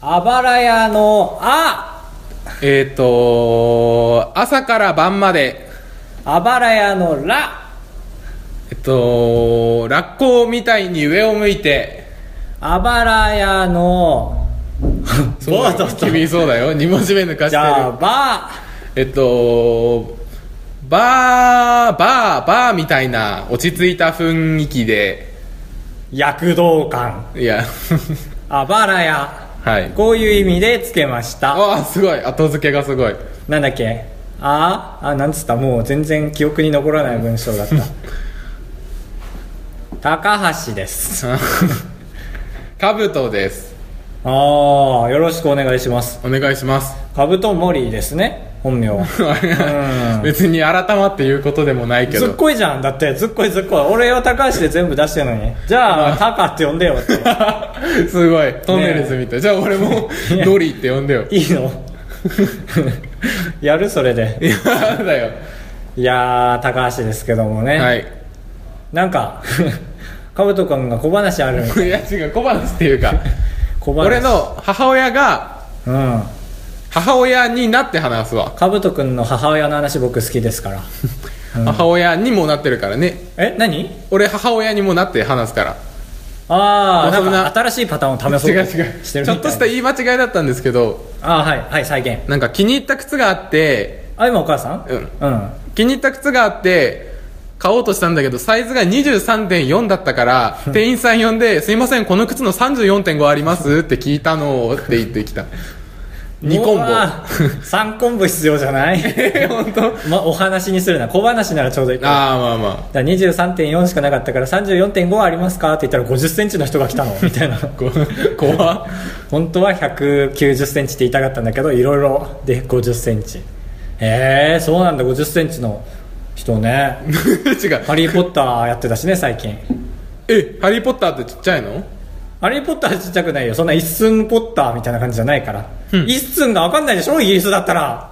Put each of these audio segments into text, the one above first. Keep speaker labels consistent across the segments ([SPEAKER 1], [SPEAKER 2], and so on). [SPEAKER 1] あばら屋のあ
[SPEAKER 2] えっ、と朝から晩まで
[SPEAKER 1] あばら屋のら
[SPEAKER 2] えっ、とラッコみたいに上を向いて
[SPEAKER 1] あばら屋の
[SPEAKER 2] そうだ
[SPEAKER 1] どう
[SPEAKER 2] よ
[SPEAKER 1] ぞ
[SPEAKER 2] 君そうだよ2文字目抜か
[SPEAKER 1] じゃあ
[SPEAKER 2] してる
[SPEAKER 1] ば
[SPEAKER 2] えっ、とバーバーバーみたいな落ち着いた雰囲気で
[SPEAKER 1] 躍動感
[SPEAKER 2] いや
[SPEAKER 1] あばら屋
[SPEAKER 2] はい
[SPEAKER 1] こういう意味でつけました
[SPEAKER 2] ああすごい後付けがすごい
[SPEAKER 1] なんだっけああなんつったもう全然記憶に残らない文章 だった高橋です
[SPEAKER 2] カブトです
[SPEAKER 1] ああよろしくお願いします
[SPEAKER 2] お願いします
[SPEAKER 1] カブトモリーですね本名はうん
[SPEAKER 2] 別に改まって言うことでもないけ
[SPEAKER 1] ずっ
[SPEAKER 2] ど
[SPEAKER 1] こいじゃんだってずっこいずっこい俺を高橋で全部出してるのにじゃあタカって呼んでよって
[SPEAKER 2] すごいトンネルズみたい、じゃあ俺もドリーって呼んでよ
[SPEAKER 1] いいの やるそれで
[SPEAKER 2] いやだよ
[SPEAKER 1] いやー高橋ですけどもね、
[SPEAKER 2] はい
[SPEAKER 1] なん かカブト君が小話ある
[SPEAKER 2] いや違う小話っていうか
[SPEAKER 1] 小話
[SPEAKER 2] 俺の母親が
[SPEAKER 1] うん
[SPEAKER 2] 母親になって話すわ、
[SPEAKER 1] カブト君の母親の話僕好きです から
[SPEAKER 2] 母親にもなってるからね
[SPEAKER 1] え何
[SPEAKER 2] 俺母親にもなって話すから
[SPEAKER 1] ああ
[SPEAKER 2] まあ
[SPEAKER 1] なん
[SPEAKER 2] そんな
[SPEAKER 1] か新しいパターンを試そう
[SPEAKER 2] 違う違
[SPEAKER 1] と
[SPEAKER 2] う
[SPEAKER 1] してるみ
[SPEAKER 2] ち
[SPEAKER 1] た
[SPEAKER 2] ょ
[SPEAKER 1] い
[SPEAKER 2] っとした言い間違いだったんですけど
[SPEAKER 1] ああはいはい再現
[SPEAKER 2] なんか気に入った靴があって
[SPEAKER 1] あ今お母さん
[SPEAKER 2] うん
[SPEAKER 1] うん
[SPEAKER 2] 気に入った靴があって買おうとしたんだけどサイズが23.4だっ たから店員さん呼んで「すいませんこの靴の34.5あります?」って聞いたのって言って きた2コンボ
[SPEAKER 1] 3コンボ必要じゃない
[SPEAKER 2] 本当あ
[SPEAKER 1] まお話にするな小話ならちょうどいいだか
[SPEAKER 2] あまあま
[SPEAKER 1] ら23.4しかなかったから34.5ありますかって言ったら5 0センチの人が来たのみたいな
[SPEAKER 2] あこ 怖っ
[SPEAKER 1] 本当は1 9 0ンチって言いたかったんだけどいろいろで5 0ンチへえそうなんだ5 0ンチの人ね
[SPEAKER 2] 違
[SPEAKER 1] 「
[SPEAKER 2] う
[SPEAKER 1] ハリー・ポッター」やってたしね最近
[SPEAKER 2] えハリー・ポッターってちっちゃいの
[SPEAKER 1] ハリー・ポッターちっちゃくないよそんな一寸ポッターみたいな感じじゃないから、一寸が分かんないでしょイギリスだったら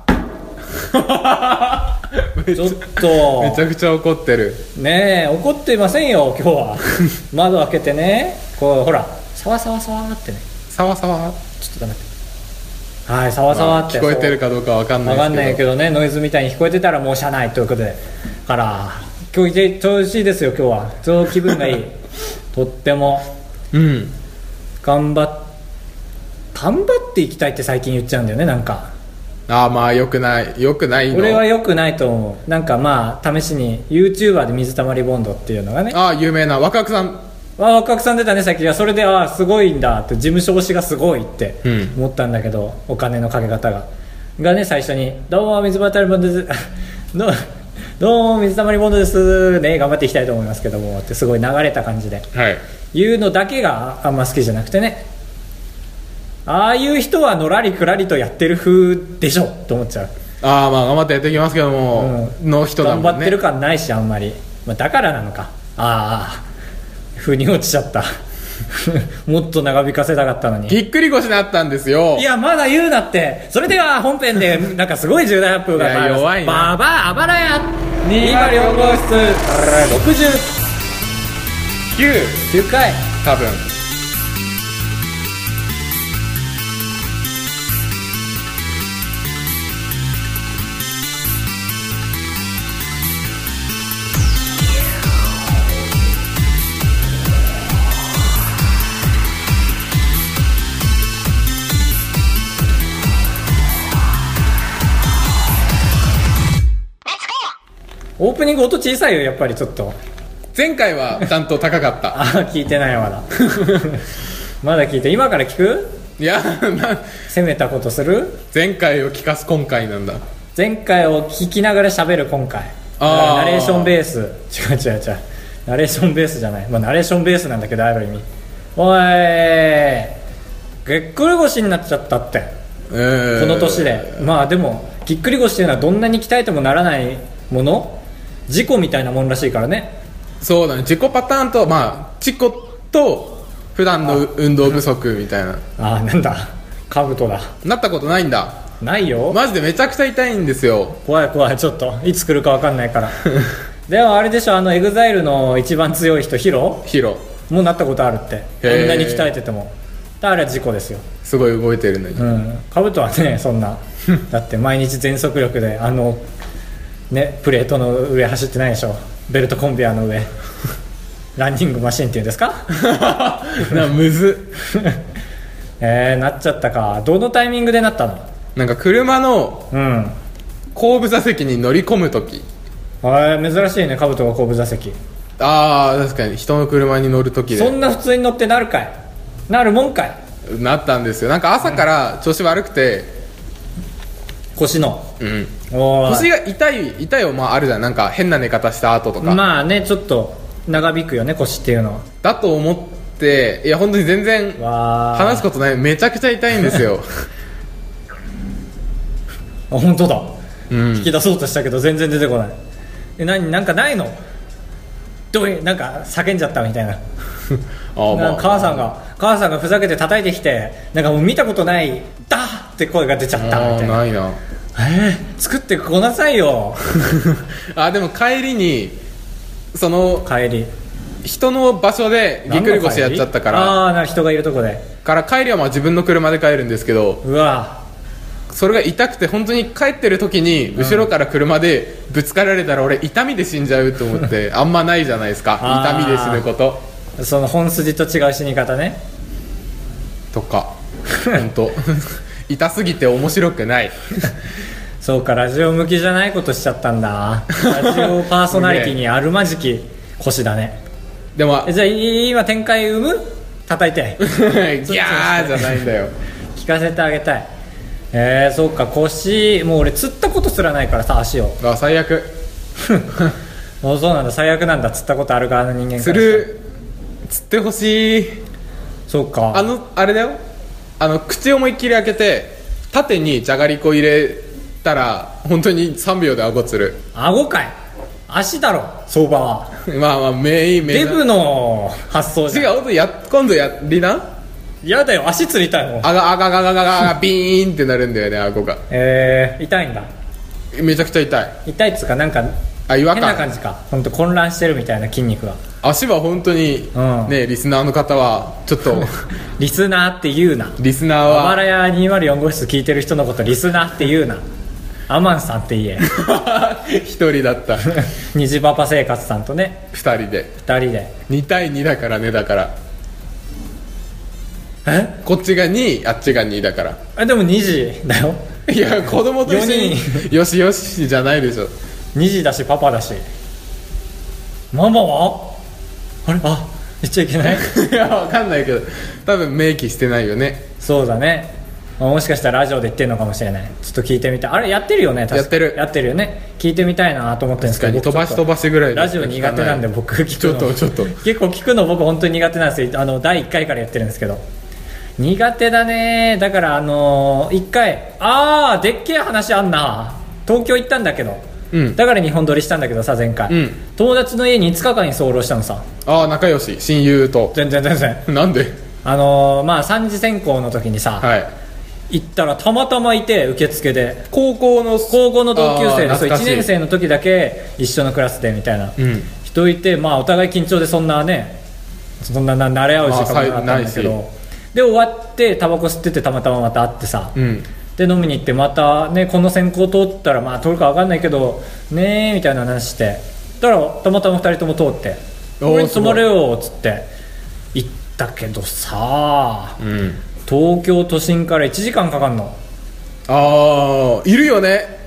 [SPEAKER 1] ちょっと
[SPEAKER 2] めちゃくちゃ怒ってる
[SPEAKER 1] ねえ怒ってませんよ今日 は窓開けてねこうほらサワサワサワってね
[SPEAKER 2] サワサ
[SPEAKER 1] ちょ
[SPEAKER 2] ワ
[SPEAKER 1] っと待ってはいサワサワって
[SPEAKER 2] 聞こえてるかどうかわかん
[SPEAKER 1] 分かんな
[SPEAKER 2] な
[SPEAKER 1] い
[SPEAKER 2] いで
[SPEAKER 1] けどねノイズみたいに聞こえてたらもう車内ということでから今日いて調子いいですよ今日はそう気分が いいとっても
[SPEAKER 2] すけどうん
[SPEAKER 1] 頑張っ頑張っていきたいって最近言っちゃうんだよねなんか
[SPEAKER 2] ああまあよくないよくないの
[SPEAKER 1] 俺は良くないと思うなんかまあ試しに YouTuber で水たまりボンドっていうのがね
[SPEAKER 2] ああ有名な若くさん
[SPEAKER 1] わ若くさん出たねさっきがそれでああすごいんだって事務所推しがすごいって
[SPEAKER 2] うん
[SPEAKER 1] 思ったんだけど、お金のかけ方ががね最初に「どうも水溜りボンドです どうどうも水溜りボンドです」ね頑張っていきたいと思いますけどもってすごい流れた感じで
[SPEAKER 2] はい
[SPEAKER 1] 言うのだけがあんま好きじゃなくてねああいう人はのらりくらりとやってる風でしょと思っちゃう
[SPEAKER 2] ああまあ頑張ってやっていきますけども、の人だもんね
[SPEAKER 1] 頑張ってる感ないしあんまり、まあ、だからなのかああ腑に落ちちゃった もっと長引かせたかったのに
[SPEAKER 2] ぎっくり腰になったんですよ
[SPEAKER 1] いやまだ言うなってそれでは本編でなんかすごい重大発表が
[SPEAKER 2] いや弱いな
[SPEAKER 1] ババアあばらや204号室
[SPEAKER 2] 9
[SPEAKER 1] 6010回
[SPEAKER 2] 多分
[SPEAKER 1] オープニング音小さいよやっぱりちょっと
[SPEAKER 2] 前回はちゃんと高かった
[SPEAKER 1] ああ聞いてないまだまだ聞いて今から聞く
[SPEAKER 2] いやな
[SPEAKER 1] 攻めたことする
[SPEAKER 2] 前回を聞かす今回なんだ
[SPEAKER 1] 前回を聞きながら喋る今回
[SPEAKER 2] あ
[SPEAKER 1] ナ
[SPEAKER 2] ー
[SPEAKER 1] レーションベース違う違う違うナレーションベースじゃない、まあ、ナレーションベースなんだけどある意味おいぎっくり腰になっちゃったって
[SPEAKER 2] この
[SPEAKER 1] この年で、まあでもぎっくり腰っていうのはどんなに鍛えてもならないもの事故みたいなもんらしいからね
[SPEAKER 2] そうだね自己パターンとまあチコと普段の運動不足みたいな
[SPEAKER 1] ああなんだカブトだ
[SPEAKER 2] なったことないんだ
[SPEAKER 1] ないよ
[SPEAKER 2] マジでめちゃくちゃ痛いんですよ
[SPEAKER 1] 怖い怖いちょっといつ来るか分かんない からでもあれでしょあのエグザイルの一番強い人ヒロ
[SPEAKER 2] ヒロ
[SPEAKER 1] もうなったことあるって
[SPEAKER 2] へー
[SPEAKER 1] こんなに鍛えててもらあれは事故ですよ
[SPEAKER 2] すごい動いてるのに、
[SPEAKER 1] うんカブトはねそんなだって毎日全速力であのねプレートの上走ってないでしょベルトコンベヤーの 上ランニングマシンっていうんですか
[SPEAKER 2] なむず
[SPEAKER 1] えー、なっちゃったかどのタイミングでなったの
[SPEAKER 2] なんか車の
[SPEAKER 1] うん
[SPEAKER 2] 後部座席に乗り込む時
[SPEAKER 1] えー珍しいねカブトが後部座席
[SPEAKER 2] ああ確かに人の車に乗る時
[SPEAKER 1] そ
[SPEAKER 2] で
[SPEAKER 1] んな普通に乗ってなるかいなるもんかい
[SPEAKER 2] なったんですよなんか朝から調子悪くて、
[SPEAKER 1] 腰の
[SPEAKER 2] うん、
[SPEAKER 1] おー
[SPEAKER 2] 腰が痛い痛いはまああるじゃんなんか変な寝方した後とか、
[SPEAKER 1] まあねちょっと長引くよね腰っていうのは
[SPEAKER 2] だと思っていや本当に全然
[SPEAKER 1] わー
[SPEAKER 2] 話すことないめちゃくちゃ痛いんで すよ、
[SPEAKER 1] あ本当だ、
[SPEAKER 2] うん
[SPEAKER 1] 引き出そうとしたけど全然出てこないえ何なんかないのどういなんか叫んじゃったみたいな
[SPEAKER 2] ああ
[SPEAKER 1] なん
[SPEAKER 2] ま
[SPEAKER 1] か
[SPEAKER 2] あ
[SPEAKER 1] 母さんが母さんがふざけて叩いてきてなんかもう見たことない「ダー!」って声が出ちゃったみ
[SPEAKER 2] あ
[SPEAKER 1] た
[SPEAKER 2] ー
[SPEAKER 1] いな
[SPEAKER 2] ないな
[SPEAKER 1] えー、作ってこなさいよ
[SPEAKER 2] あでも帰りにその
[SPEAKER 1] 帰り
[SPEAKER 2] 人の場所で ぎっくり腰やっちゃったから
[SPEAKER 1] ああーなんか人がいるとこで
[SPEAKER 2] から帰りはまあ自分の車で帰るんですけど
[SPEAKER 1] うわ
[SPEAKER 2] それが痛くて本当に帰ってる時に後ろから車でぶつかられたら俺痛みで死んじゃうと思ってあんまないじゃないですか
[SPEAKER 1] あ
[SPEAKER 2] 痛
[SPEAKER 1] ー
[SPEAKER 2] みで死ぬこと
[SPEAKER 1] その本筋と違う死に方ね
[SPEAKER 2] とか本 当痛すぎて面白くない
[SPEAKER 1] そうかラジオ向きじゃないことしちゃったんだラジオパーソナリティにあるまじき腰だね
[SPEAKER 2] でも
[SPEAKER 1] え
[SPEAKER 2] ギ
[SPEAKER 1] じゃあい今展開生む叩いて
[SPEAKER 2] ャーじゃないんだよ
[SPEAKER 1] 聞かせてあげたいえー、そうか腰もう俺つったことすらないからさ足を
[SPEAKER 2] あ最悪
[SPEAKER 1] もうそうなんだ最悪なんだつったことある側の人間から
[SPEAKER 2] 釣る釣ってほしい
[SPEAKER 1] そうか
[SPEAKER 2] あのあれだよあの口思いっきり開けて縦にじゃがりこ入れたら本当に3秒で顎つる
[SPEAKER 1] 顎かい足だろ相場は
[SPEAKER 2] まあまあ名医名
[SPEAKER 1] デ
[SPEAKER 2] 医
[SPEAKER 1] ブの発想じ
[SPEAKER 2] 違
[SPEAKER 1] ゃん
[SPEAKER 2] うや今度やりな
[SPEAKER 1] やだよ足つりたいもん
[SPEAKER 2] あがあがあがあがあがあがビーンってなるんだよね顎が
[SPEAKER 1] えー、痛いんだ
[SPEAKER 2] めちゃくちゃ痛い
[SPEAKER 1] 痛いっつうかなんか
[SPEAKER 2] あ違和
[SPEAKER 1] 変な
[SPEAKER 2] 感
[SPEAKER 1] 感じか本当混乱してるみたいな筋肉が
[SPEAKER 2] 足は本当に、
[SPEAKER 1] うん
[SPEAKER 2] ねリスナーの方はちょっと
[SPEAKER 1] リスナーって言うな
[SPEAKER 2] リスナー
[SPEAKER 1] あば
[SPEAKER 2] は
[SPEAKER 1] らや204号室聞いてる人のことリスナーって言うなアマンさんって言え
[SPEAKER 2] 一人だった2
[SPEAKER 1] 虹パパ生活さんとね
[SPEAKER 2] 人で
[SPEAKER 1] 2人で
[SPEAKER 2] 2対2だからねだから
[SPEAKER 1] え
[SPEAKER 2] こっちが2あっちが2だから
[SPEAKER 1] あでも2時だよ
[SPEAKER 2] いや子供と一緒によしよしじゃないでしょ
[SPEAKER 1] 2時だしパパだしママはあれあ言っちゃいけない
[SPEAKER 2] いやわかんないけど多分明記してないよね
[SPEAKER 1] そうだねあもしかしたらラジオで言ってるのかもしれないちょっと聞いてみたいあれやってるよね確か
[SPEAKER 2] やってる
[SPEAKER 1] やってるよね聞いてみたいなと思ってるんです
[SPEAKER 2] 確か
[SPEAKER 1] けど
[SPEAKER 2] に飛ばし飛ば
[SPEAKER 1] し
[SPEAKER 2] しぐらい
[SPEAKER 1] ラジオ苦手なんで僕聞
[SPEAKER 2] ち
[SPEAKER 1] く
[SPEAKER 2] ょっ
[SPEAKER 1] の
[SPEAKER 2] とちょっと
[SPEAKER 1] 結構聞くの僕本当に苦手なんですよあの第1回からやってるんですけど苦手だねだからあのー、1回ああでっけえ話あんな東京行ったんだけど、
[SPEAKER 2] うん
[SPEAKER 1] だから日本撮りしたんだけどさ前回、
[SPEAKER 2] うん
[SPEAKER 1] 友達の家に5日間に候したのさ
[SPEAKER 2] ああ仲良し親友と
[SPEAKER 1] 全然全然
[SPEAKER 2] なんで
[SPEAKER 1] あのー、まあ3次選考の時にさ、
[SPEAKER 2] はい
[SPEAKER 1] 行ったらたまたまいて受付で
[SPEAKER 2] 高校の
[SPEAKER 1] 高校の同級生
[SPEAKER 2] あ
[SPEAKER 1] で
[SPEAKER 2] ー
[SPEAKER 1] そう1
[SPEAKER 2] 懐かしい
[SPEAKER 1] 年生の時だけ一緒のクラスでみたいな、
[SPEAKER 2] うん
[SPEAKER 1] 人いて、まあ、お互い緊張でそんなねそんなな慣れ合う時間もなかったんだけ
[SPEAKER 2] まあ
[SPEAKER 1] どで終わってタバコ吸っててたまたままた会ってさ、
[SPEAKER 2] うん
[SPEAKER 1] で飲みに行ってまたねこの選考通ったらまあ通るか分かんないけどねーみたいな話してだからたまたま2人とも通って「
[SPEAKER 2] おー
[SPEAKER 1] 俺に泊まれよ」っつって行ったけどさ
[SPEAKER 2] うん
[SPEAKER 1] 東京都心から1時間かかんの
[SPEAKER 2] ああいるよね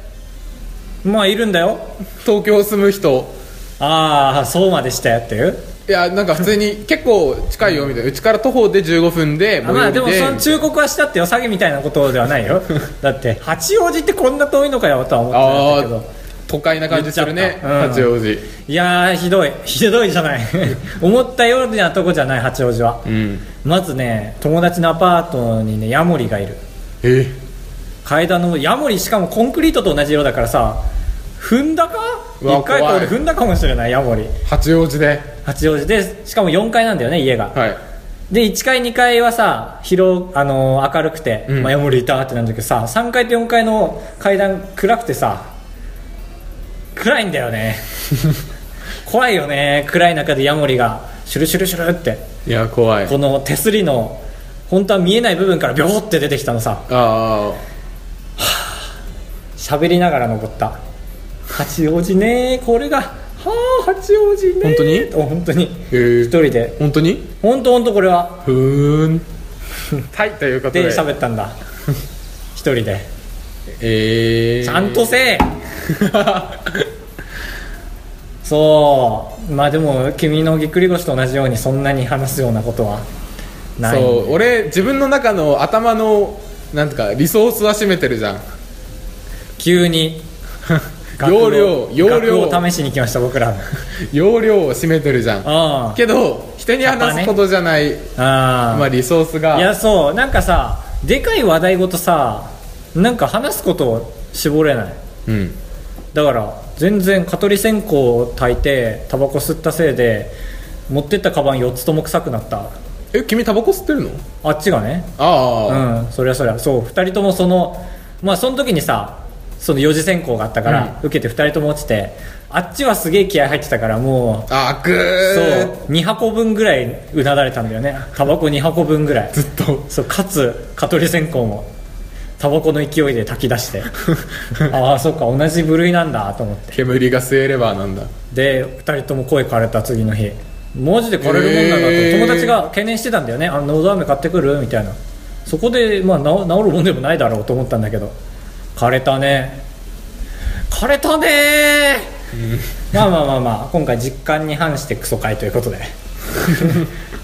[SPEAKER 1] まあいるんだよ
[SPEAKER 2] 東京住む人
[SPEAKER 1] ああそうまでしたよっていう
[SPEAKER 2] いやなんか普 通に結構近いよみたいなうちから徒歩で15分で
[SPEAKER 1] あまあでも
[SPEAKER 2] 最
[SPEAKER 1] そ
[SPEAKER 2] 寄
[SPEAKER 1] の
[SPEAKER 2] りで
[SPEAKER 1] 忠告はしたってよ詐欺みたいなことではない よだって八王子ってこんな遠いのかよとは思
[SPEAKER 2] あ
[SPEAKER 1] って
[SPEAKER 2] あ
[SPEAKER 1] たんだけ
[SPEAKER 2] ー都会な感じする
[SPEAKER 1] 言っ
[SPEAKER 2] ね
[SPEAKER 1] ちゃったうん
[SPEAKER 2] 八王子
[SPEAKER 1] どいやーひどいひどいじゃ ない思ったようなとこじゃない八王子は、
[SPEAKER 2] うん
[SPEAKER 1] まずね友達のアパートにねヤモリがいる
[SPEAKER 2] え
[SPEAKER 1] 階段のヤモリしかもコンクリートと同じ色だからさ踏んだか
[SPEAKER 2] うわ
[SPEAKER 1] 一回これ
[SPEAKER 2] 怖
[SPEAKER 1] 踏んだかもしれないヤモリ
[SPEAKER 2] 八王子で
[SPEAKER 1] 八王子でしかも4階なんだよね家が
[SPEAKER 2] はい
[SPEAKER 1] で1階2階はさ広、あのー明るくて、
[SPEAKER 2] うん
[SPEAKER 1] まあ、ヤモリいたってなるんだけどさ3階と4階の階段暗くてさ暗いんだよ ね怖いよね暗い中でヤモリがシュルシュルシュルって
[SPEAKER 2] いや怖い
[SPEAKER 1] この手すりの本当は見えない部分からビョーって出てきたのさ
[SPEAKER 2] あ
[SPEAKER 1] 喋りながら登った八王子ねこれがはあ八王子ね
[SPEAKER 2] 本当に
[SPEAKER 1] と本当に一
[SPEAKER 2] あへえ
[SPEAKER 1] 人で
[SPEAKER 2] 本当に
[SPEAKER 1] 本当本当これは
[SPEAKER 2] ふ ーんはいということで
[SPEAKER 1] で喋ったん だ一人で
[SPEAKER 2] えー、
[SPEAKER 1] ちゃん とせえ
[SPEAKER 2] は
[SPEAKER 1] そうまあでも君のぎっくり腰と同じようにそんなに話すようなことはない
[SPEAKER 2] そう俺自分の中の頭のなんていうかリソースは占めてるじゃん
[SPEAKER 1] 急に学
[SPEAKER 2] 容
[SPEAKER 1] を
[SPEAKER 2] 量容量
[SPEAKER 1] 学を試しに来ました僕ら
[SPEAKER 2] 容量を占めてるじゃん
[SPEAKER 1] あ
[SPEAKER 2] けど人に話すことじゃない、
[SPEAKER 1] あああ
[SPEAKER 2] まあリソースが
[SPEAKER 1] いやそうなんかさでかい話題ごとさなんか話すことを絞れない
[SPEAKER 2] うん
[SPEAKER 1] だから全然蚊取り線香を炊いてタバコ吸ったせいで持ってったカバン4つとも臭くなった
[SPEAKER 2] え君タバコ吸ってるの
[SPEAKER 1] あっちがね
[SPEAKER 2] ああ、
[SPEAKER 1] うんそりゃそりゃそう2人ともそのまあその時にさその四次選考があったから、受けて2人とも落ちてあっちはすげえ気合入ってたからもう
[SPEAKER 2] あーぐ
[SPEAKER 1] そう
[SPEAKER 2] ー
[SPEAKER 1] 2箱分ぐらいうなだれたんだよねタバコ2箱分ぐらい
[SPEAKER 2] ずっと
[SPEAKER 1] そうかつ蚊取り線香もタバコの勢いで炊き出して ああそっか同じ部類なんだと思って
[SPEAKER 2] 煙が吸えればなんだ
[SPEAKER 1] で2人とも声枯れた次の日マジで枯れるもんなんだと、
[SPEAKER 2] へー
[SPEAKER 1] 友達が懸念してたんだよねあの喉飴買ってくるみたいなそこで、まあ、な治るもんでもないだろうと思ったんだけど枯れたね枯れたねまあまあまあまあ今回実感に反してクソ会ということ で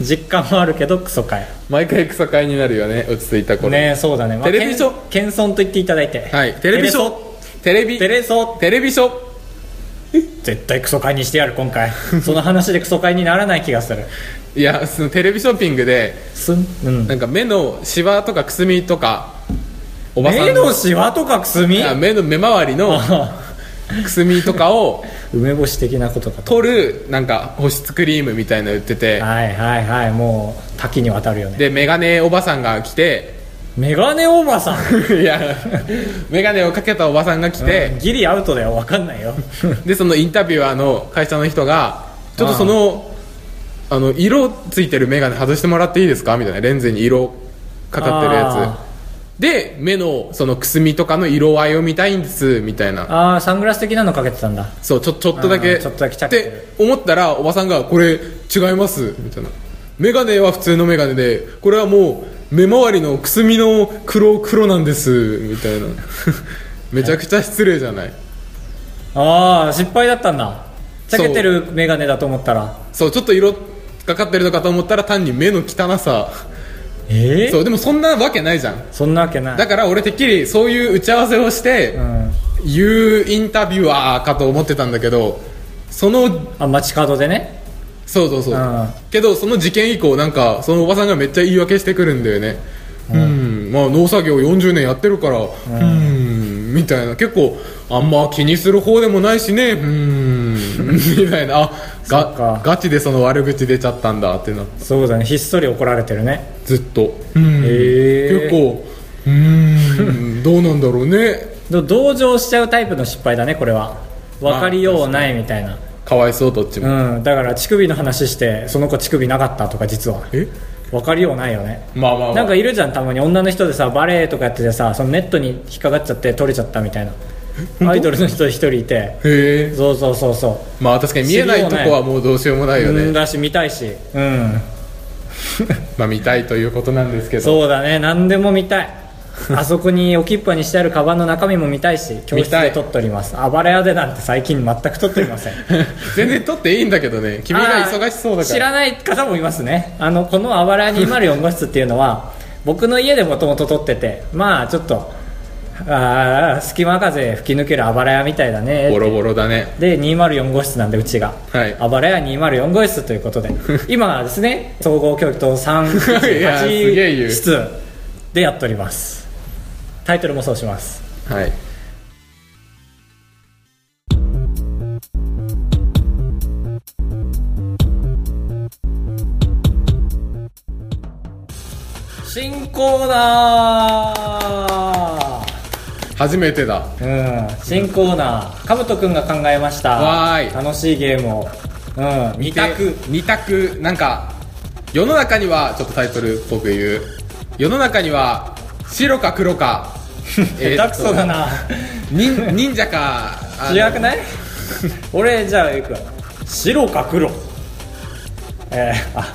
[SPEAKER 1] 実感もあるけどクソ会
[SPEAKER 2] 毎回草会になるよね落ち着いた頃
[SPEAKER 1] ねそうだね、まあ、
[SPEAKER 2] テレビショ
[SPEAKER 1] けん謙遜と言っていただいて
[SPEAKER 2] はいテレビショテレビ
[SPEAKER 1] テレソ
[SPEAKER 2] テレビショ
[SPEAKER 1] 絶対クソ会にしてやる今 回その話でクソ会にならない気がする
[SPEAKER 2] いやそのテレビショッピングです
[SPEAKER 1] んうん
[SPEAKER 2] なんか目のシワとかくすみとかおばさん
[SPEAKER 1] 目のシワとかくすみ
[SPEAKER 2] あ目の目周りの
[SPEAKER 1] あ
[SPEAKER 2] くすみとかを
[SPEAKER 1] 梅干し的なことかと
[SPEAKER 2] 取るなんか保湿クリームみたいなの売ってて
[SPEAKER 1] はいはいはいもう多岐にわたるよね
[SPEAKER 2] でメガネおばさんが来て
[SPEAKER 1] メガネお ばさん
[SPEAKER 2] いやメガネをかけたおばさんが来て、
[SPEAKER 1] ギリアウトだよわかん ないよ
[SPEAKER 2] でそのインタビュアーの会社の人がちょっとそのあの色ついてる眼鏡外してもらっていいですかみたいなレンズに色かかってるや
[SPEAKER 1] あ
[SPEAKER 2] つで目のそのくすみとかの色合いを見たいんですみたいな
[SPEAKER 1] ああサングラス的なのかけてたんだ
[SPEAKER 2] そうちょちょっとだ
[SPEAKER 1] あ
[SPEAKER 2] け
[SPEAKER 1] ーちょっとだけちゃ
[SPEAKER 2] っ
[SPEAKER 1] けて
[SPEAKER 2] て
[SPEAKER 1] る
[SPEAKER 2] 思ったらおばさんが「これ違います」みたいな眼鏡は普通の眼鏡でこれはもう目周りのくすみの黒黒なんですみたいな めちゃくちゃ失礼じゃない
[SPEAKER 1] ああ失敗だったんだちゃ
[SPEAKER 2] そう
[SPEAKER 1] けてるメガネだと思ったら
[SPEAKER 2] そうちょっと色かかってるのかと思ったら単に目の汚さ
[SPEAKER 1] ええ
[SPEAKER 2] そうでもそんなわけないじゃん
[SPEAKER 1] そんなわけない
[SPEAKER 2] だから俺てっきりそういう打ち合わせをして、
[SPEAKER 1] うん
[SPEAKER 2] 言うインタビュアーかと思ってたんだけどその
[SPEAKER 1] あ街角でね
[SPEAKER 2] そうそうそう、
[SPEAKER 1] うん
[SPEAKER 2] けどその事件以降なんかそのおばさんがめっちゃ言い訳してくるんだよねうん、まあ農作業40年やってるからうんみたいな結構あんま気にする方でもないしねうん みたいなあ
[SPEAKER 1] そっか
[SPEAKER 2] がガチでその悪口出ちゃったんだってなって
[SPEAKER 1] そうだねひっそり怒られてるね
[SPEAKER 2] ずっと、う
[SPEAKER 1] へ
[SPEAKER 2] ん
[SPEAKER 1] え
[SPEAKER 2] 結構うーんどうなんだろうね
[SPEAKER 1] ど同情しちゃうタイプの失敗だねこれは分かりようないみたいな
[SPEAKER 2] かわいそうどっちも、
[SPEAKER 1] うんだから乳首の話してその子乳首なかったとか実は
[SPEAKER 2] え
[SPEAKER 1] 分かりようないよね
[SPEAKER 2] まあまあ、まあ、
[SPEAKER 1] なんかいるじゃんたまに女の人でさバレエとかやっててさそのネットに引っかかっちゃって取れちゃったみたいなアイドルの人一人いて
[SPEAKER 2] へえ
[SPEAKER 1] そうそうそうそ
[SPEAKER 2] まあ確かに見えないとこはもうどうしようもな
[SPEAKER 1] う、
[SPEAKER 2] いよね、
[SPEAKER 1] うんだし見たいしうん
[SPEAKER 2] まあ見たいということなんですけど
[SPEAKER 1] そうだね何でも見たいあそこに置きっぱにしてあるカバンの中身も見たいし教室
[SPEAKER 2] 見た
[SPEAKER 1] で
[SPEAKER 2] い
[SPEAKER 1] 撮っております暴れ屋でなんて最近全く撮っておりません
[SPEAKER 2] 全然撮っていいんだけどね君が忙しそう
[SPEAKER 1] あー
[SPEAKER 2] だか
[SPEAKER 1] 知
[SPEAKER 2] ら
[SPEAKER 1] らない方もいますねあのこのあばら204号室っていうのは僕の家でもともと撮っててまあちょっとあー隙間風吹き抜けるあばら屋みたいだね
[SPEAKER 2] ボロボロだね
[SPEAKER 1] で204号室なんでうちが、
[SPEAKER 2] はい
[SPEAKER 1] あばら屋204号室ということで今はですね総合教育と
[SPEAKER 2] いやすげえ
[SPEAKER 1] 3
[SPEAKER 2] 言う
[SPEAKER 1] 室でやっておりますタイトルもそうします
[SPEAKER 2] はい
[SPEAKER 1] 新コーナー
[SPEAKER 2] 初めてだ
[SPEAKER 1] うん、新コーナー、かぶとくんが考えました。
[SPEAKER 2] わーい
[SPEAKER 1] 楽しいゲームを。うん、二択。
[SPEAKER 2] 二択なんか世の中にはちょっとタイトルっぽく言う世の中には白か黒かえーっと
[SPEAKER 1] 下手くそだな
[SPEAKER 2] 忍忍者かあの
[SPEAKER 1] 違くない 俺じゃあいくわ白か黒えー、あ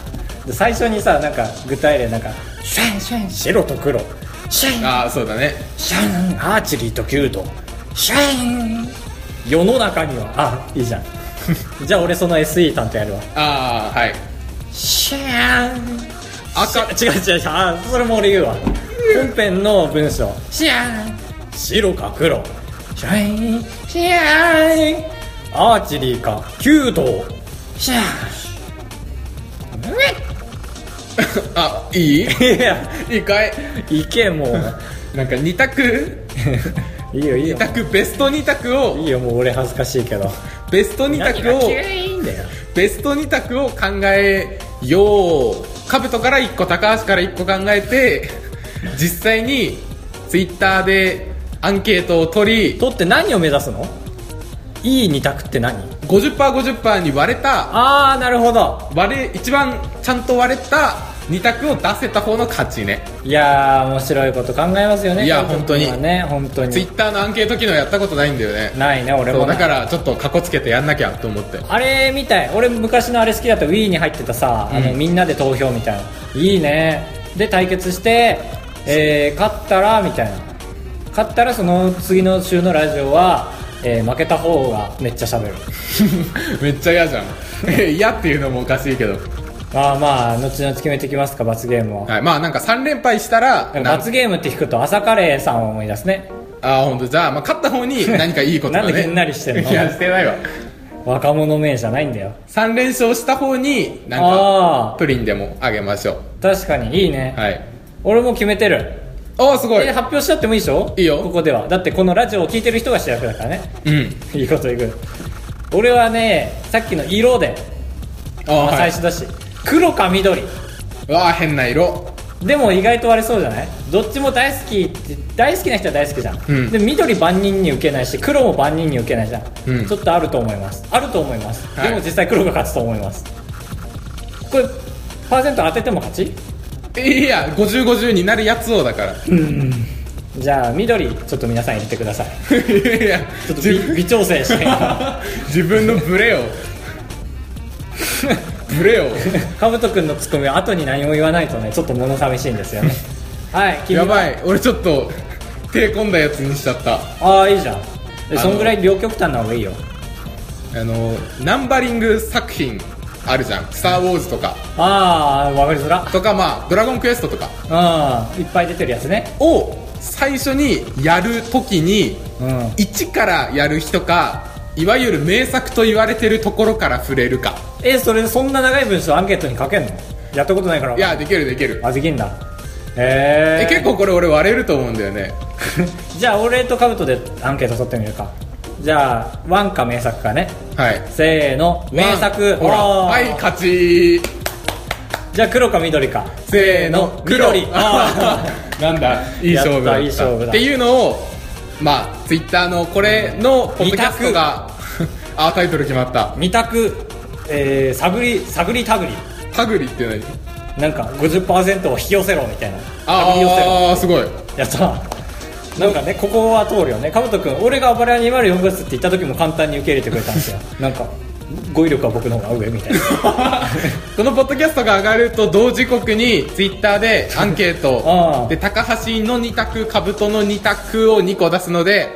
[SPEAKER 1] で最初にさなんか具体例なんかシャンシャン白と黒シャン
[SPEAKER 2] ああそうだね
[SPEAKER 1] シャンアーチェリーと弓道シャン世の中にはあいい じゃんじゃあ俺その SE 担当やるわ
[SPEAKER 2] ああはい
[SPEAKER 1] シャン
[SPEAKER 2] 赤
[SPEAKER 1] 違う違う違うあそれも俺言うわ本編の文章シャン白か黒シャインシャインアーチェリーか弓道シャ
[SPEAKER 2] あい い
[SPEAKER 1] ンいや
[SPEAKER 2] いいかい
[SPEAKER 1] いけ も
[SPEAKER 2] なんか2択
[SPEAKER 1] ういいよいいよ
[SPEAKER 2] 2択ベスト2択を
[SPEAKER 1] いいよもう俺恥ずかしいけど
[SPEAKER 2] ベスト2択を
[SPEAKER 1] いんだよ
[SPEAKER 2] ベスト2択を考えようカブトから1個高橋から1個考えて実際にツイッターでアンケートを取り
[SPEAKER 1] とって何を目指すのいい二択って何
[SPEAKER 2] 50%50% に割れた
[SPEAKER 1] ああなるほど
[SPEAKER 2] 割れ一番ちゃんと割れた2択を出せた方の勝ちね
[SPEAKER 1] いやー面白いこと考えますよね
[SPEAKER 2] いや
[SPEAKER 1] 監督はね本当
[SPEAKER 2] ツイ
[SPEAKER 1] に
[SPEAKER 2] ッターのアンケート機能やったことないんだよね
[SPEAKER 1] ないね俺
[SPEAKER 2] そ
[SPEAKER 1] も
[SPEAKER 2] う
[SPEAKER 1] な
[SPEAKER 2] だ
[SPEAKER 1] い
[SPEAKER 2] からちょっとかこつけてやんなきゃと思って
[SPEAKER 1] あれみたい俺昔のあれ好きだった Wii に入ってたさ、あのみんなで投票みたいないいねで対決して、えー勝ったらみたいな勝ったらその次の週のラジオは、えー負けた方がめっちゃ喋る
[SPEAKER 2] めっちゃ嫌じゃん え嫌っていうのもおかしいけど、
[SPEAKER 1] まあまあ後々決めてきますか罰ゲームを
[SPEAKER 2] はい、まあなんか3連敗したらなん
[SPEAKER 1] 罰ゲームって聞くと朝カレーさんを思い出すね
[SPEAKER 2] ああ本当じゃあ、まあ、勝った方 に何かいいことが、ね、
[SPEAKER 1] なんでげんなりしてんの
[SPEAKER 2] いやしてないわ
[SPEAKER 1] 若者名じゃないんだよ
[SPEAKER 2] 3連勝した方になん
[SPEAKER 1] あ
[SPEAKER 2] か
[SPEAKER 1] ー
[SPEAKER 2] プリンでもあげましょ
[SPEAKER 1] 確かにいいね、
[SPEAKER 2] うはい
[SPEAKER 1] 俺も決めてる
[SPEAKER 2] おおすごい
[SPEAKER 1] え発表しちゃってもいいでしょ
[SPEAKER 2] いいよ
[SPEAKER 1] ここではだってこのラジオを聞いてる人が主役だからね
[SPEAKER 2] うん
[SPEAKER 1] いいこといく俺はねさっきの色で、
[SPEAKER 2] ああ
[SPEAKER 1] まあ
[SPEAKER 2] は
[SPEAKER 1] 最
[SPEAKER 2] い
[SPEAKER 1] 初だし黒か緑
[SPEAKER 2] うわあ変な色
[SPEAKER 1] でも意外と割れそうじゃないどっちも大好きって大好きな人は大好きじゃん、
[SPEAKER 2] うん
[SPEAKER 1] で緑万人に受けないし黒も万人に受けないじゃん、
[SPEAKER 2] うん
[SPEAKER 1] ちょっとあると思いますあると思います、
[SPEAKER 2] はい
[SPEAKER 1] でも実際黒が勝つと思いますこれパーセント当てても勝ち
[SPEAKER 2] いや5050になるやつをだから
[SPEAKER 1] じゃあ緑ちょっと皆さん入れてください
[SPEAKER 2] いや
[SPEAKER 1] ちょっと
[SPEAKER 2] 自
[SPEAKER 1] 微
[SPEAKER 2] 分
[SPEAKER 1] 微調整 して
[SPEAKER 2] 自分のブレを ブ レを
[SPEAKER 1] かぶとくんのツッコミは後に何も言わないとねちょっと物寂しいんですよねはい君
[SPEAKER 2] や
[SPEAKER 1] は
[SPEAKER 2] ばい俺ちょっと手込んだやつにしちゃった
[SPEAKER 1] ああいいじゃんえ
[SPEAKER 2] の
[SPEAKER 1] そんぐらい両極端な方がいいよ
[SPEAKER 2] あのナンバリング作品あるじゃん「スター・ウォーズ」とか
[SPEAKER 1] ああわかりづら
[SPEAKER 2] とかまあ「ドラゴンクエスト」とか
[SPEAKER 1] うんいっぱい出てるやつね
[SPEAKER 2] を最初にやるときに
[SPEAKER 1] うん
[SPEAKER 2] 一からやる人かいわゆる名作と言われてるところから触れるか
[SPEAKER 1] えそれそんな長い文章アンケートに書けんのやったことないから
[SPEAKER 2] いやできるできる
[SPEAKER 1] あできんだへ
[SPEAKER 2] え
[SPEAKER 1] え
[SPEAKER 2] 結構これ俺割れると思うんだよね
[SPEAKER 1] じゃあ俺とカブトでアンケート取ってみるかじゃあワンか名作かね
[SPEAKER 2] はい
[SPEAKER 1] せーの名作
[SPEAKER 2] ワンほら
[SPEAKER 1] あー
[SPEAKER 2] はい勝
[SPEAKER 1] じ
[SPEAKER 2] ち
[SPEAKER 1] ゃあ黒か緑か
[SPEAKER 2] せーの黒
[SPEAKER 1] 緑あ
[SPEAKER 2] あー なんだいい勝負
[SPEAKER 1] や
[SPEAKER 2] だ
[SPEAKER 1] ったいい勝負だ
[SPEAKER 2] っていうのをまあツイッターのこれのポッドキャストが あータイトル決まった
[SPEAKER 1] 二択、えー、探り探り探り
[SPEAKER 2] 「タグリ」って
[SPEAKER 1] な
[SPEAKER 2] 何
[SPEAKER 1] んか50%を引き寄せろみたいな
[SPEAKER 2] あ
[SPEAKER 1] 引き寄せろ
[SPEAKER 2] ーあーすごい
[SPEAKER 1] やったなんかねここは通るよねかぶと君俺が「暴れ屋204号室」って言った時も簡単に受け入れてくれたん ですよなんか語彙力は僕の方が上みたいな
[SPEAKER 2] このポッドキャストが上がると同時刻にツイッターでアンケー
[SPEAKER 1] ああ
[SPEAKER 2] トで高橋の2択兜の2択を2個出すので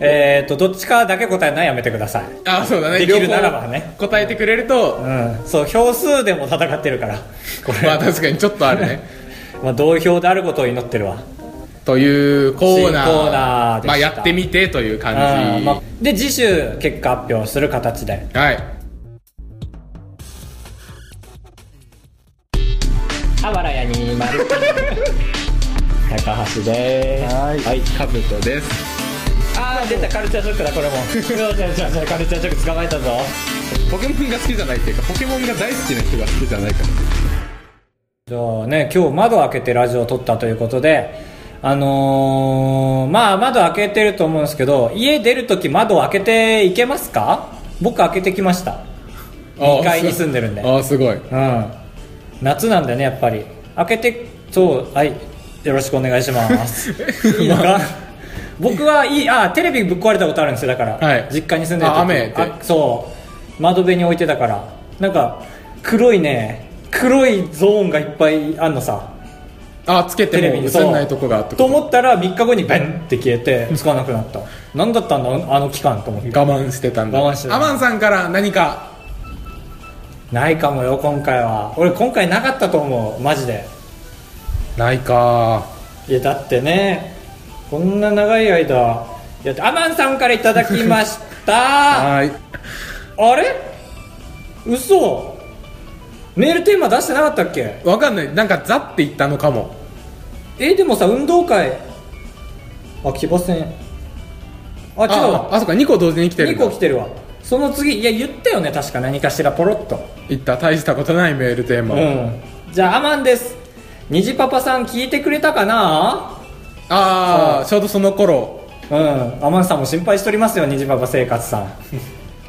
[SPEAKER 1] えっとどっちかだけ答えないやめてください
[SPEAKER 2] あそうだね
[SPEAKER 1] できる
[SPEAKER 2] 両方
[SPEAKER 1] ならばね
[SPEAKER 2] 答えてくれると、
[SPEAKER 1] うんそう票数でも戦ってるからこれ、
[SPEAKER 2] まあ確かにちょっとあるね
[SPEAKER 1] まあ、同票であることを祈ってるわ
[SPEAKER 2] というコーナー
[SPEAKER 1] 新コーナーでした
[SPEAKER 2] まあ、やってみてという感
[SPEAKER 1] あー
[SPEAKER 2] じ、
[SPEAKER 1] まあで次週結果発表する形で
[SPEAKER 2] はい
[SPEAKER 1] あばらやにまる 高橋です
[SPEAKER 2] はいかぶとです
[SPEAKER 1] あー出たカルチャーショックだこれも 違う違う違う違うカルチャーショック捕まえたぞ
[SPEAKER 2] ポケモンが好きじゃないっていうかポケモンが大好きな人が好きじゃないから
[SPEAKER 1] じゃあね今日窓開けてラジオを撮ったということであのー、まあ窓開けてると思うんですけど家出るとき窓開けていけますか僕開けてきました
[SPEAKER 2] ああ
[SPEAKER 1] 2階に住んでるんで
[SPEAKER 2] ああすごい
[SPEAKER 1] うん夏なんでねやっぱり開けてそうはいよろしくお願いします いいのか僕はいいあテレビぶっ壊れたことあるんですよだから、
[SPEAKER 2] はい
[SPEAKER 1] 実家に住んでる時
[SPEAKER 2] あ雨って
[SPEAKER 1] あそう窓辺に置いてたからなんか黒いね黒いゾーンがいっぱいあんのさ
[SPEAKER 2] あつけて
[SPEAKER 1] テレ
[SPEAKER 2] も
[SPEAKER 1] ビ
[SPEAKER 2] 映
[SPEAKER 1] に
[SPEAKER 2] んないとこがあってて
[SPEAKER 1] と
[SPEAKER 2] こと
[SPEAKER 1] 思ったら3日後にベンって消えて使わなくなった何だったんだあの期間と思って
[SPEAKER 2] 我慢してたんだ
[SPEAKER 1] 我慢してた
[SPEAKER 2] アマンさんから何か
[SPEAKER 1] ないかもよ今回は俺今回なかったと思うマジで
[SPEAKER 2] ないか
[SPEAKER 1] いやだってねこんな長い間いやアマンさんからいただきましたあ
[SPEAKER 2] はい
[SPEAKER 1] れ嘘メールテーマ出してなかったっけ
[SPEAKER 2] わかんないなんかザって言ったのかも
[SPEAKER 1] えでもさ運動会あ騎馬戦あ違う
[SPEAKER 2] あ
[SPEAKER 1] わ
[SPEAKER 2] あそっか2個同時に来てる
[SPEAKER 1] 2個来てるわその次いや言ったよね確か何かしらポロッと
[SPEAKER 2] 言った大したことないメールテーマ、
[SPEAKER 1] うんじゃあアマンです虹パパさん聞いてくれたかな
[SPEAKER 2] ああちょうどその頃
[SPEAKER 1] うん、アマンさんも心配しておりますよ、にじばば生活 さん。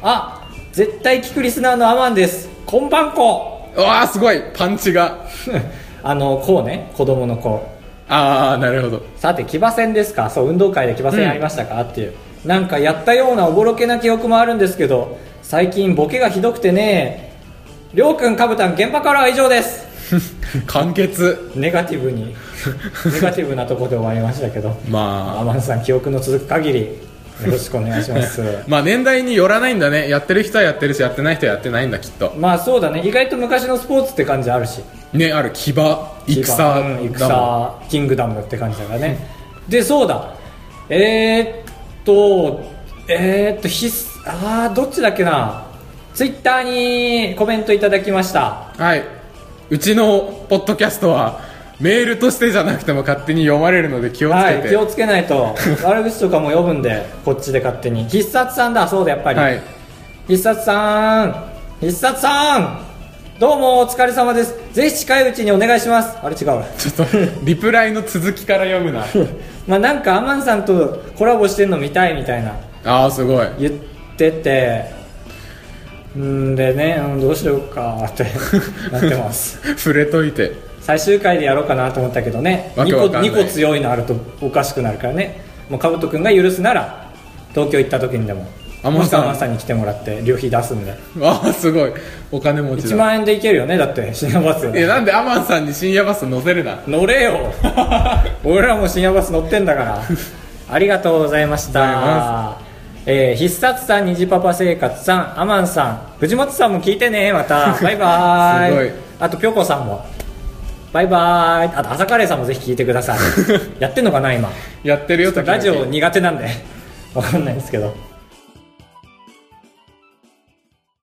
[SPEAKER 1] あ、絶対聞くリスナーのアマンです。こんばんこ。
[SPEAKER 2] うわあすごいパンチが
[SPEAKER 1] あの、こうね、子供の子。
[SPEAKER 2] ああなるほど
[SPEAKER 1] さて、騎馬戦ですかそう、運動会で騎馬
[SPEAKER 2] う
[SPEAKER 1] 戦
[SPEAKER 2] ん
[SPEAKER 1] ありましたか、っていう。なんかやったようなおぼろけな記憶もあるんですけど、最近ボケがひどくてね、りょうくん、かぶたん、現場からは以上です。
[SPEAKER 2] 完結
[SPEAKER 1] ネガティブ に、ネガティブなとこで終わりましたけど。ア
[SPEAKER 2] まあ
[SPEAKER 1] マンさん、記憶の続く限り、よろしくお願いします。
[SPEAKER 2] まあ年代によらないんだねやってる人はやってるしやってない人はやってないんだきっと
[SPEAKER 1] まあそうだね意外と昔のスポーツって感じあるし
[SPEAKER 2] ねある騎馬戦だも
[SPEAKER 1] うん
[SPEAKER 2] ん
[SPEAKER 1] 戦キングダムって感じだからねでそうだえー、っとえー、っとひすあーどっちだっけなツイッターにコメントいただきました
[SPEAKER 2] はいうちのポッドキャストはメールとしてじゃなくても勝手に読まれるので気をつ
[SPEAKER 1] は
[SPEAKER 2] け
[SPEAKER 1] い
[SPEAKER 2] て
[SPEAKER 1] 気をつけないと悪口とかも読むんでこっちで勝手に必殺さんだそうだやっぱり、
[SPEAKER 2] はい
[SPEAKER 1] 必殺さん必殺さんどうもお疲れ様ですぜひ近いうちにお願いしますあれ違うわ
[SPEAKER 2] ちょっとリプライの続きから読むな
[SPEAKER 1] まあなんかアマンさんとコラボしてんの見たいみたいな
[SPEAKER 2] ああすごい
[SPEAKER 1] 言っててんでねうんどうしようかってなって ます
[SPEAKER 2] 触れといて
[SPEAKER 1] 最終回でやろうかなと思ったけどね
[SPEAKER 2] わけわかんない
[SPEAKER 1] 2, 個2個強いのあるとおかしくなるからねもうかぶとくんが許すなら東京行った時にでも
[SPEAKER 2] アマンさ
[SPEAKER 1] もしくは
[SPEAKER 2] ん
[SPEAKER 1] アマンさんに来てもらって旅費出すんで
[SPEAKER 2] ああすごいお金持ち
[SPEAKER 1] 1
[SPEAKER 2] だ
[SPEAKER 1] 万円で行けるよねだって深夜バス
[SPEAKER 2] いやなんでアマンさんに深夜バス乗せるな
[SPEAKER 1] 乗れよ 俺らも深夜バス乗ってんだからありがとうございまし
[SPEAKER 2] ありがとうござい
[SPEAKER 1] たえー必殺さん、虹パパ生活さん、アマンさん、藤本さんも聞いてね、ま た、バイバーイ。
[SPEAKER 2] すごい
[SPEAKER 1] あと、ぴょこさんも、バイバーイ。あと、朝カレーさんもぜひ聞いてく ださい。やってんのかな、今。
[SPEAKER 2] やってる
[SPEAKER 1] ちょ
[SPEAKER 2] よ
[SPEAKER 1] っとラジオ苦手なんで、わかんないんですけど。